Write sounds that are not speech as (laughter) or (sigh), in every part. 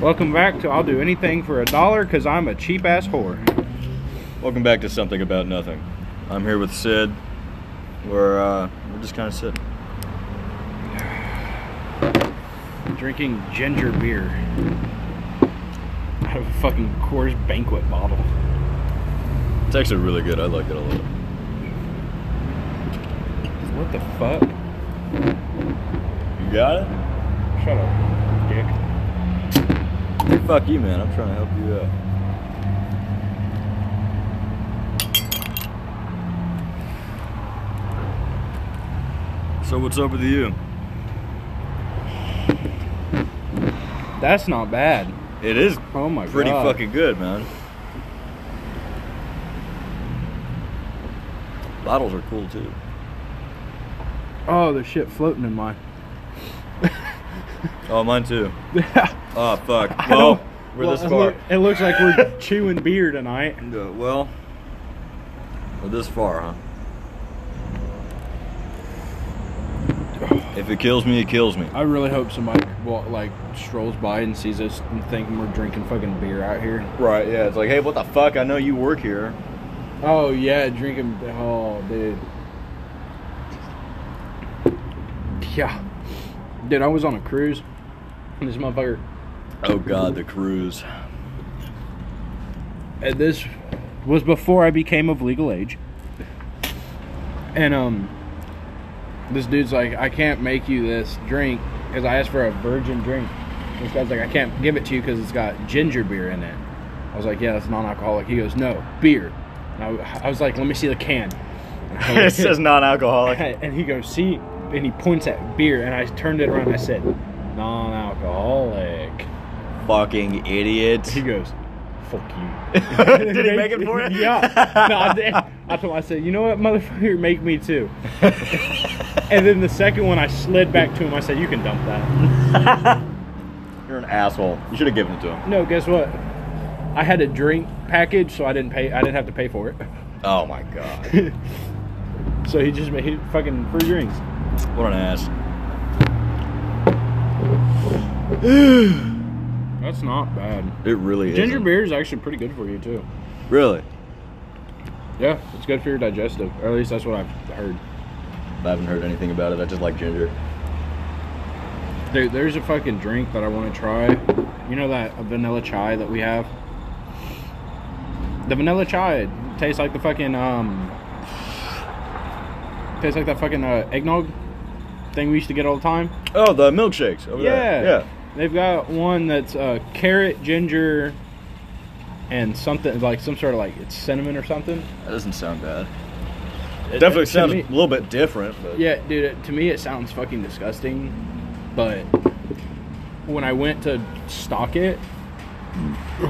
Welcome back to I'll Do Anything for a Dollar because I'm a cheap ass whore. Welcome back to Something About Nothing. I'm here with Sid. We're uh, we're just kind of sitting. Drinking ginger beer out of a fucking Coors banquet bottle. It's actually really good. I like it a lot. What the fuck? You got it? Shut up, dick. Hey, fuck you, man. I'm trying to help you out. So what's up with you? That's not bad. It is Oh my pretty god. fucking good, man. Bottles are cool too. Oh, there's shit floating in mine. Oh, mine (laughs) too. Oh fuck. I Well, don't- we're well, this it far. look- It looks like we're (laughs) chewing beer tonight. And, uh, well, we're this far, huh? If it kills me, it kills me. I really hope somebody wa- like strolls by and sees us and thinking we're drinking fucking beer out here. Right? Yeah. It's like, hey, what the fuck? I know you work here. Oh yeah, drinking. Oh dude. Yeah, dude. I was on a cruise, and this motherfucker Oh god, the cruise. and uh, this was before I became of legal age. And um, this dude's like, I can't make you this drink because I asked for a virgin drink. This guy's like, I can't give it to you because it's got ginger beer in it. I was like, Yeah, that's non-alcoholic. He goes, No, beer. And I, I was like, Let me see the can. (laughs) And (laughs) (laughs) I it says non-alcoholic. and he goes, see, and he points at beer, and I turned it around and I said, non-alcoholic. (laughs) Fucking idiot. He goes, fuck (laughs) you. Did he make it (laughs) for it? yeah. No, I did. I told him, I said, you know what, motherfucker, make me too. and then the second one, I slid back to him. I said, you can dump that. (laughs) You're an asshole. You should have given it to him. No, guess what? I had a drink package, so I didn't pay. I didn't have to pay for it. Oh my god. (laughs) So he just made he, fucking free drinks. what an ass. That's not bad. It really is. Ginger beer is actually pretty good for you too. Really? Yeah, it's good for your digestive, or at least that's what I've heard. I haven't heard anything about it. I just like ginger. Dude, there's a fucking drink that I want to try. You know that vanilla chai that we have? The vanilla chai tastes like the fucking, um. Tastes like that fucking uh, eggnog thing we used to get all the time. Oh, the milkshakes. Over yeah. There. Yeah. They've got one that's uh, carrot, ginger, and something like some sort of like it's cinnamon or something. That doesn't sound bad. It- Definitely to sounds me- a little bit different, but Yeah, dude, it- to me it sounds fucking disgusting, but when I went to stock it,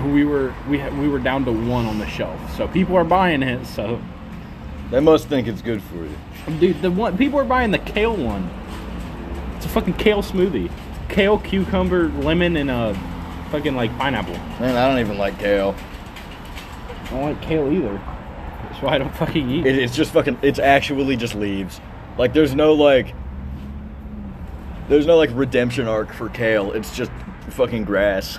we were we ha- we were down to one on the shelf. So people are buying it. So they must think it's good for you. dude, the one people are buying the kale one. It's a fucking kale smoothie. Kale, cucumber, lemon and a fucking like pineapple. Man, I don't even like kale. I don't like kale either. That's why I don't fucking eat. It, it's just fucking. It's actually just leaves. Like there's no like. There's no like redemption arc for kale. It's just fucking grass.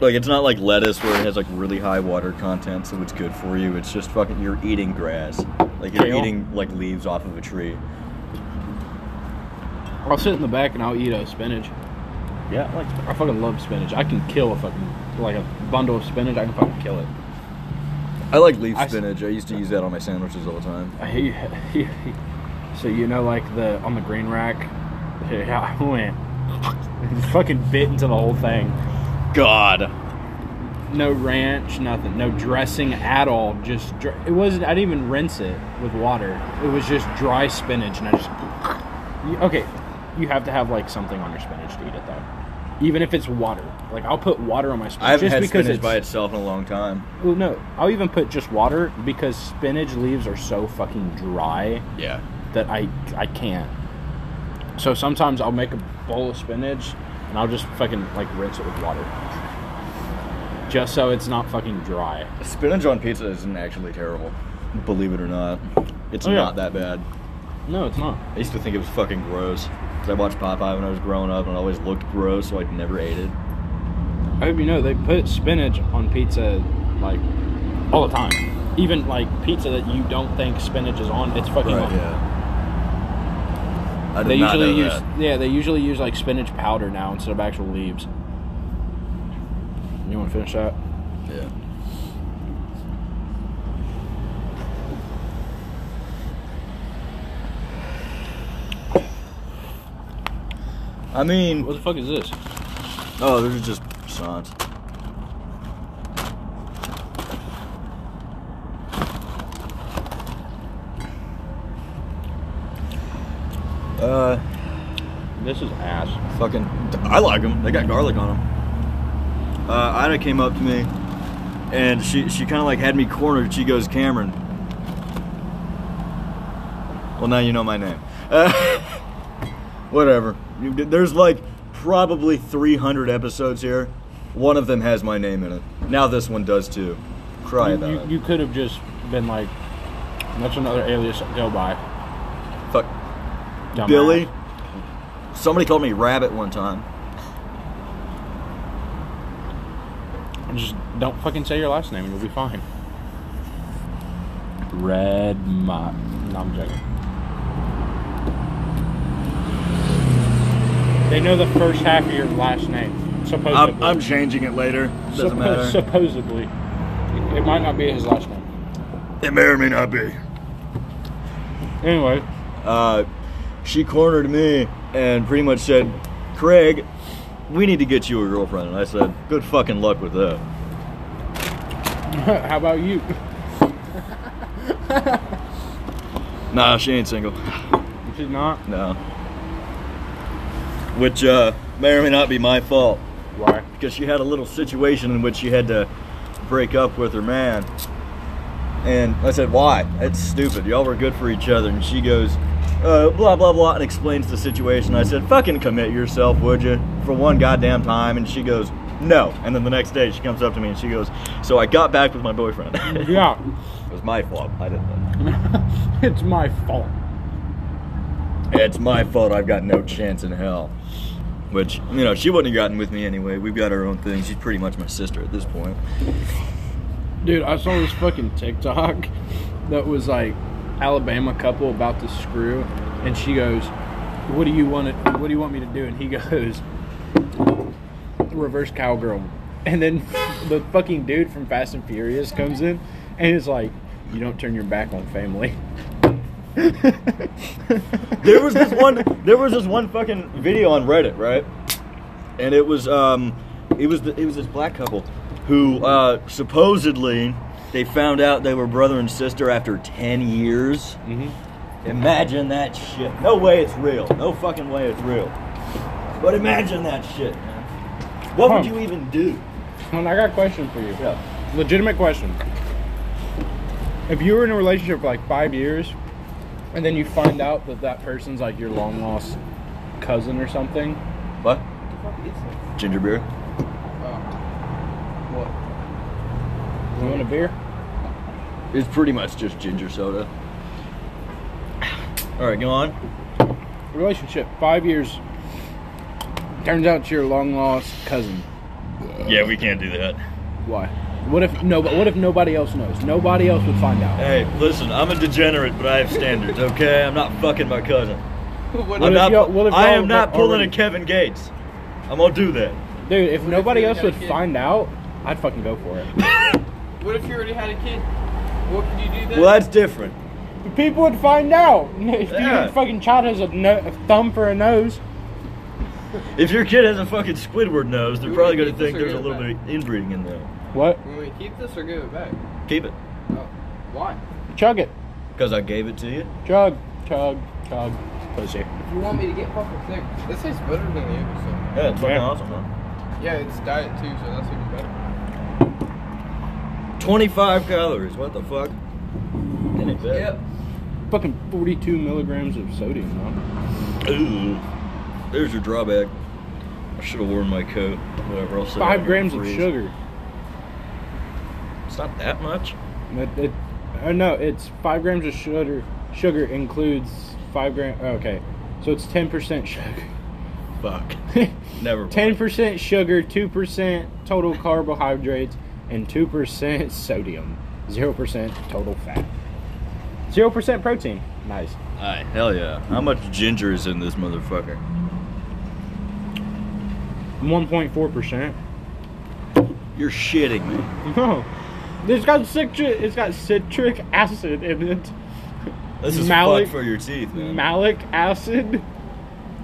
Like it's not like lettuce where it has like really high water content, so it's good for you. It's just fucking you're eating grass. Like you're Kale? eating like leaves off of a tree. I'll sit in the back and I'll eat a spinach. Yeah, like I fucking love spinach. I can kill a fucking like a bundle of spinach. I can fucking kill it. I like leaf I s- spinach. I, used to use that on my sandwiches all the time. (laughs) He, he, he- so you know, like the on the green rack, yeah, (laughs) I went and fucking bit into the whole thing. God. No ranch, nothing, no dressing at all. Just dr- it wasn't. I didn't even rinse it with water. It was just dry spinach, and I just You- (laughs) okay. You have to have like something on your spinach to eat it though, even if it's water. Like I'll put water on my spinach I haven't just had because spinach it's by itself in a long time. well, no. I'll even put just water because spinach leaves are so fucking dry. Yeah. that I I can't. So sometimes I'll make a bowl of spinach and I'll just fucking like rinse it with water. Just so it's not fucking dry. Spinach on pizza isn't actually terrible. Believe it or not. It's Oh, yeah. not that bad. No, it's not. I used to think it was fucking gross. Because I watched Popeye when I was growing up and it always looked gross, so I never ate it. I hope you know they put spinach on pizza like all the time. Even like pizza that you don't think spinach is on, it's fucking on. yeah. I did They not usually know use that. yeah, they usually use like spinach powder now instead of actual leaves. You want to finish that? Yeah. I mean, What the fuck is this? oh, those are just croissants. Uh, This is ass. fucking, I like them. They got garlic on them. Uh, Ida came up to me, and she she kind of like had me cornered. She goes, Cameron. Well, now you know my name. Uh, (laughs) whatever. You- There's like probably 300 episodes here. One of them has my name in it. Now this one does too. Cry You, about you, it. you could have just been like, that's another alias I go by. Fuck. dumbass. Billy. Somebody called me Rabbit one time. Just don't fucking say your last name and you'll be fine. Red Mop. No, I'm joking. They know the first half of your last name. Supposedly. I'm, I'm changing it later. Doesn't Suppo- matter. Supposedly. It might not be his last name. It may or may not be. Anyway, (laughs) Uh, she cornered me and pretty much said, Craig, we need to get you a girlfriend. And I said, good fucking luck with that. how about you? Nah, she ain't single. (sighs) She's not. No. Which uh, may or may not be my fault Why? because she had a little situation in which she had to break up with her man. And I said, why? That's stupid. Y'all were good for each other. And she goes, uh, blah, blah, blah, and explains the situation. I said, fucking commit yourself, would you? For one goddamn time. And she goes, no. And then the next day she comes up to me and she goes, so I got back with my boyfriend. (laughs) it Yeah. was my fault. I didn't. (laughs) it's my fault. It's my fault. I've got no chance in hell. Which, you know, she wouldn't have gotten with me anyway. We've got our own thing. She's pretty much my sister at this point. Dude, I saw this fucking TikTok that was like Alabama couple about to screw, and she goes, "What do you want? To, what do you want me to do?" And he (laughs) goes, "Reverse cowgirl." And then (laughs) the fucking dude from Fast and Furious comes in, and it's like, "You don't turn your back on family." there was this one there was this one fucking video on reddit right and it was um it was the, it was this black couple who uh supposedly they found out they were brother and sister after 10 years Mm-hmm. imagine that shit no way it's real no fucking way it's real but imagine that shit man. what would Huh. you even do And I got a question for you. yeah Legitimate question. If you were in a relationship for like five years, and then you find out that that person's like your long lost cousin or something, what ginger beer you want a beer? it's pretty much just ginger soda all right go on Relationship five years. Turns out it's your long lost cousin. yeah we can't do that Why? What if no? But what if nobody else knows? Nobody else would find out. Hey, listen, I'm a degenerate, but I have standards, okay? I'm not fucking my cousin. What I'm if not, y'all- what if I y'all am not were pulling already- a Kevin Gates. I'm gonna do that. Dude, if nobody you else had a would kid? find out, I'd fucking go for it. What if you already had a kid? What could you do then? Well, that's different. People would find out. (laughs) If Yeah. your fucking child has a, no- a thumb for a nose. If your kid has a fucking Squidward nose, they're Ooh, probably gonna keep this think or there's a give it little bit of inbreeding in there. What? Will we keep this or give it back? Keep it. Oh, why? Chug it. Because I gave it to you. Chug, chug, chug. Pussy. If you want me to get puffer thick, this tastes better than the other stuff. Yeah, it's fucking Yeah. awesome, man. Yeah, it's diet too, so that's even better. 25 calories, what the fuck? Ain't it bad? Fucking 42 milligrams of sodium, huh? Ooh. There's your drawback. I should have worn my coat. Whatever, I'll sit out here Five and grams of freeze. sugar. It's not that much. It, it, uh, oh no, it's five grams of sugar. Sugar includes five gram. Okay, So it's 10% sugar. (laughs) Fuck. Never mind. 10% sugar, 2% total carbohydrates, and 2% sodium. 0% total fat. 0% protein. Nice. Aye, hell yeah. How much ginger is in this motherfucker? 1.4%. You're shitting me. (laughs) No. It's got citric it's got citric acid in it. This is Malic- fuck for your teeth, man. Malic acid.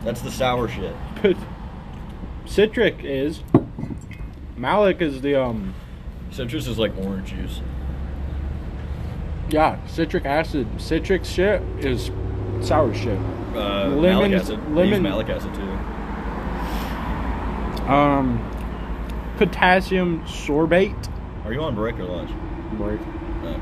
That's the sour shit. But citric is malic is the um Citrus is like orange juice. yeah, citric acid. Citric shit is sour shit. Uh, malic Lemon- acid. They lemon- use malic acid too. Um potassium sorbate. Are you on break or lunch? Break. No.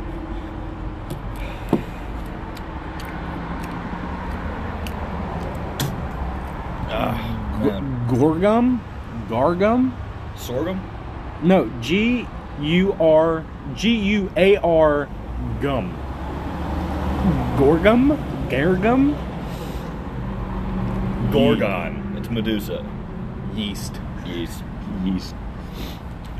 Ah, man. Gorgum? Gargum? Sorghum? No, G U R G U A R gum. Gorgum? Gargum? Gorgon. It's Medusa. Yeast. Yeast. Yeast.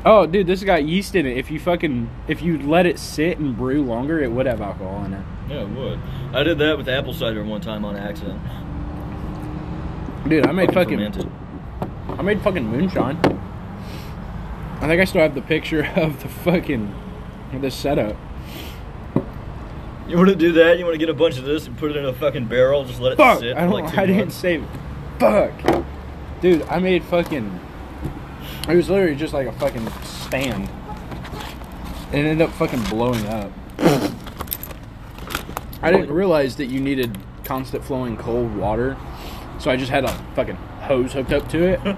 Oh, dude, this got yeast in it. If you fucking if you let it sit and brew longer, it would have alcohol in it. Yeah, it would. I did that with apple cider one time on accident. Dude, I made fucking fermented. I made fucking moonshine. I think I still have the picture (laughs) of the fucking the setup. You want to do that? You want to get a bunch of this and put it in a fucking barrel? Just let it Fuck! sit. I don't. for like two I didn't months? save it. Fuck, dude. I made fucking. It was literally just like a fucking stand, and it ended up fucking blowing up. I didn't realize that you needed constant flowing cold water, so I just had a fucking hose hooked up to it,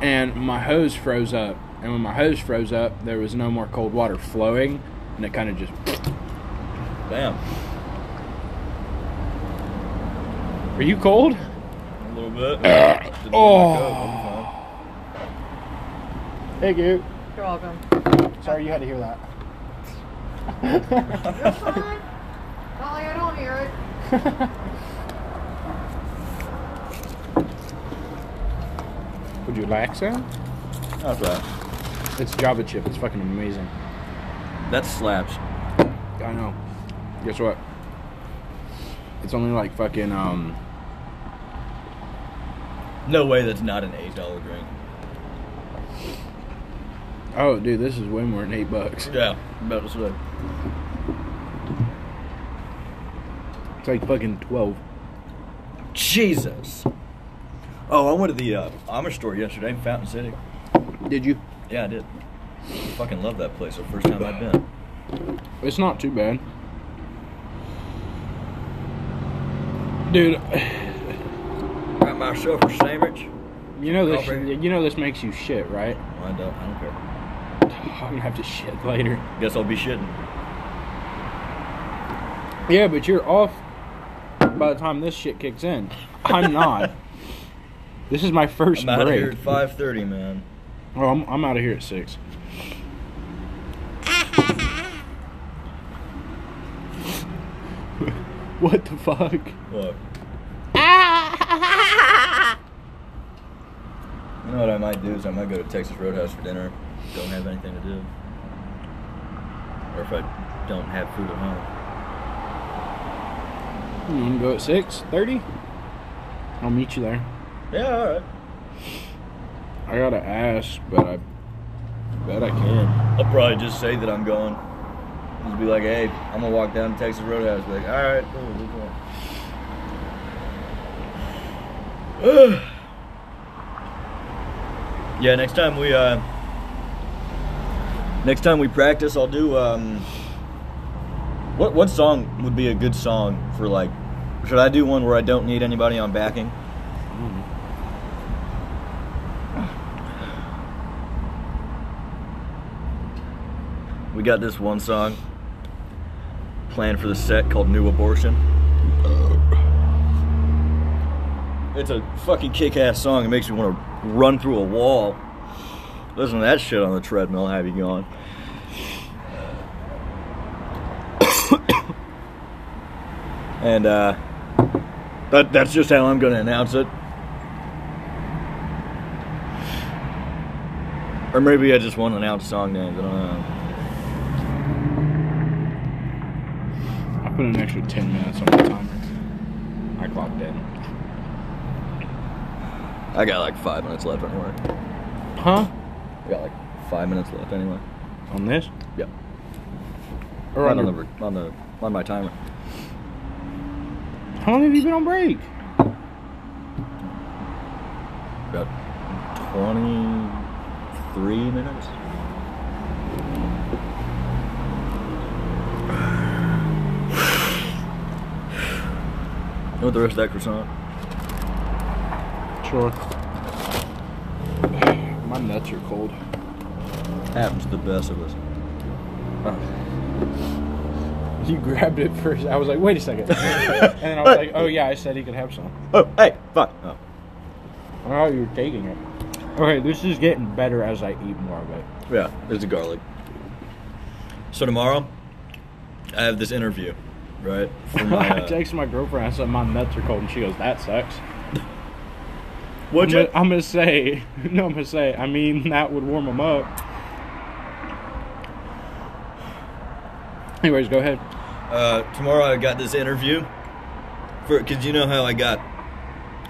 and my hose froze up. And when my hose froze up, there was no more cold water flowing, and it kind of just. Damn. Are you cold? A little (coughs) bit. Didn't get my Oh. coat. Thank you. You're welcome. Sorry you had to hear that. You're fine. Not like I don't hear it. Would you like some? I'm fine. That's right. It's Java chip. It's fucking amazing. That slaps. I know. Guess what? It's only like fucking um. No way that's not an eight dollar drink. Oh, dude, this is way more than eight bucks. Yeah, about to say. It's like fucking twelve. Jesus. Oh, I went to the uh, Amish store yesterday in Fountain City. Did you? Yeah, I did. fucking love that place. The first time I've been. It's not too bad. Dude, (sighs) Got myself a sandwich. you know this. Coffee. You know this makes you shit, right? (sighs) Well, I don't. I don't care. I'm gonna have to shit later. Guess I'll be shitting. Yeah, but you're off by the time this shit kicks in. (laughs) I'm not. this is my 1st I'm out of break. here at five thirty, man. Oh, I'm, I'm out of here at six. (laughs) what the fuck? Look. you know what I might do is I might go to Texas Roadhouse for dinner. Don't have anything to do. Or if I don't have food at home. You wanna go at six thirty? I'll meet you there. Yeah, all right. I gotta ask, but I bet I can. I'll probably just say that I'm going. Just be like, hey, I'm gonna walk down to Texas Roadhouse. Be like, all right, cool, we're going. (sighs) yeah, next time we uh, next time we practice, I'll do um, what what song would be a good song for like? Should I do one where I don't need anybody on backing? We got this one song planned for the set called New Abortion. It's a fucking kick ass song. It makes me want to run through a wall. Listen to that shit on the treadmill, have you gone? (coughs) and, uh, That that's just how I'm going to announce it. Or maybe I just want to announce song names. I don't know. I put an extra 10 minutes on the timer. I clocked in. I got like five minutes left on work. Huh? I got like five minutes left anyway. On this? Yep. Or on on, your- the, on the on my timer. How long have you been on break? About twenty-three minutes. (sighs) You want the rest of that croissant? (sighs) Sure. My nuts are cold. Happens to the best of us. You grabbed it first. I was like, wait a (laughs) second. and then I was like, oh yeah, I said he could have some. Oh, hey, fuck. Oh. Oh, you're taking it. Okay, this is getting better as I eat more of it. Yeah, there's the garlic. So tomorrow, I have this interview, right? for my, (laughs) I uh, texted my girlfriend. I said my nuts are cold, and she goes, "That sucks." what'd I'm, you? gonna, I'm gonna say, (laughs) no, I'm gonna say. I mean, that would warm them up. Anyways, go ahead. Uh, tomorrow I got this interview for because you know how I got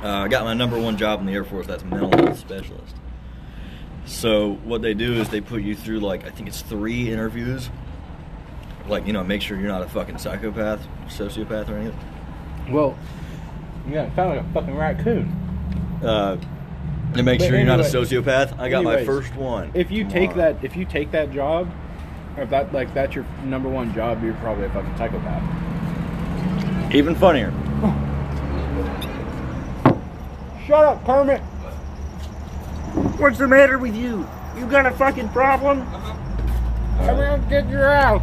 uh, I got my number one job in the Air Force. That's mental health specialist. So what they do is they put you through like I think it's three interviews. Like you know, make sure you're not a fucking psychopath, sociopath, or anything. Well, yeah, kind of like a fucking raccoon. Uh, to make But sure you're not a anyway- sociopath. I got my anyways, first one. If you take tomorrow. that, if you take that job, or if that like that's your number one job, you're probably a fucking psychopath. even funnier. Shut up, Kermit. What's the matter with you? You got a fucking problem? Come here and get your out.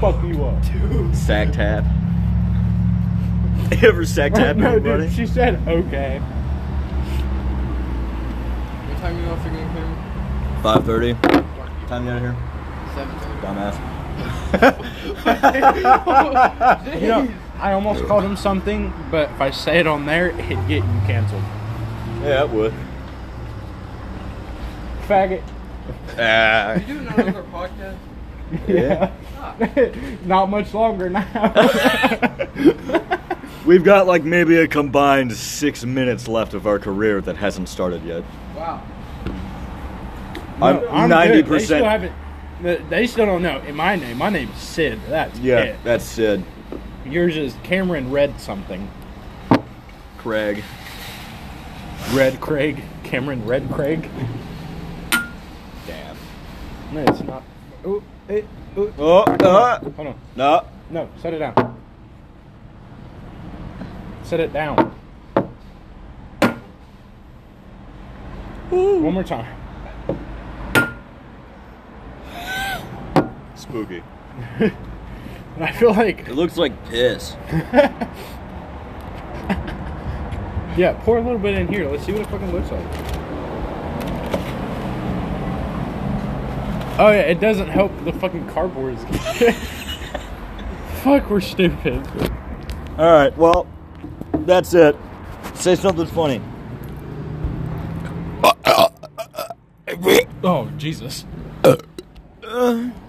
Fuck you up. Sack tap. (laughs) You ever sack (laughs) tap (laughs) no, anybody? dude, she said okay. What time you off are gonna clear? Five thirty. Time to get out of here, Seven thirty. (laughs) dumbass. You know, I almost called him something, but if I say it on there, it'd get you canceled. yeah, it would. Faggot. Ah. You doing another podcast? Yeah. (laughs) Not much longer now. We've got like maybe a combined six minutes left of our career that hasn't started yet. Wow. No, (laughs) I'm ninety good. They still percent. haven't. th- They still don't know. In my name, my name's Sid. That's Yeah, it. that's Sid, Yours is Cameron Red something. Craig. Red Craig. Cameron Red Craig. Damn. No, it's not. Ooh, eh, ooh. Oh, uh, Hold on. no. No, set it down. Set it down. One more time. (laughs) Spooky. And I feel like, It looks like piss. yeah, pour a little bit in here. Let's see what it fucking looks like. Oh yeah, it doesn't help the fucking cardboard. is- (laughs) Fuck, we're stupid. All right. Well, that's it. Say something funny. Oh Jesus. Uh,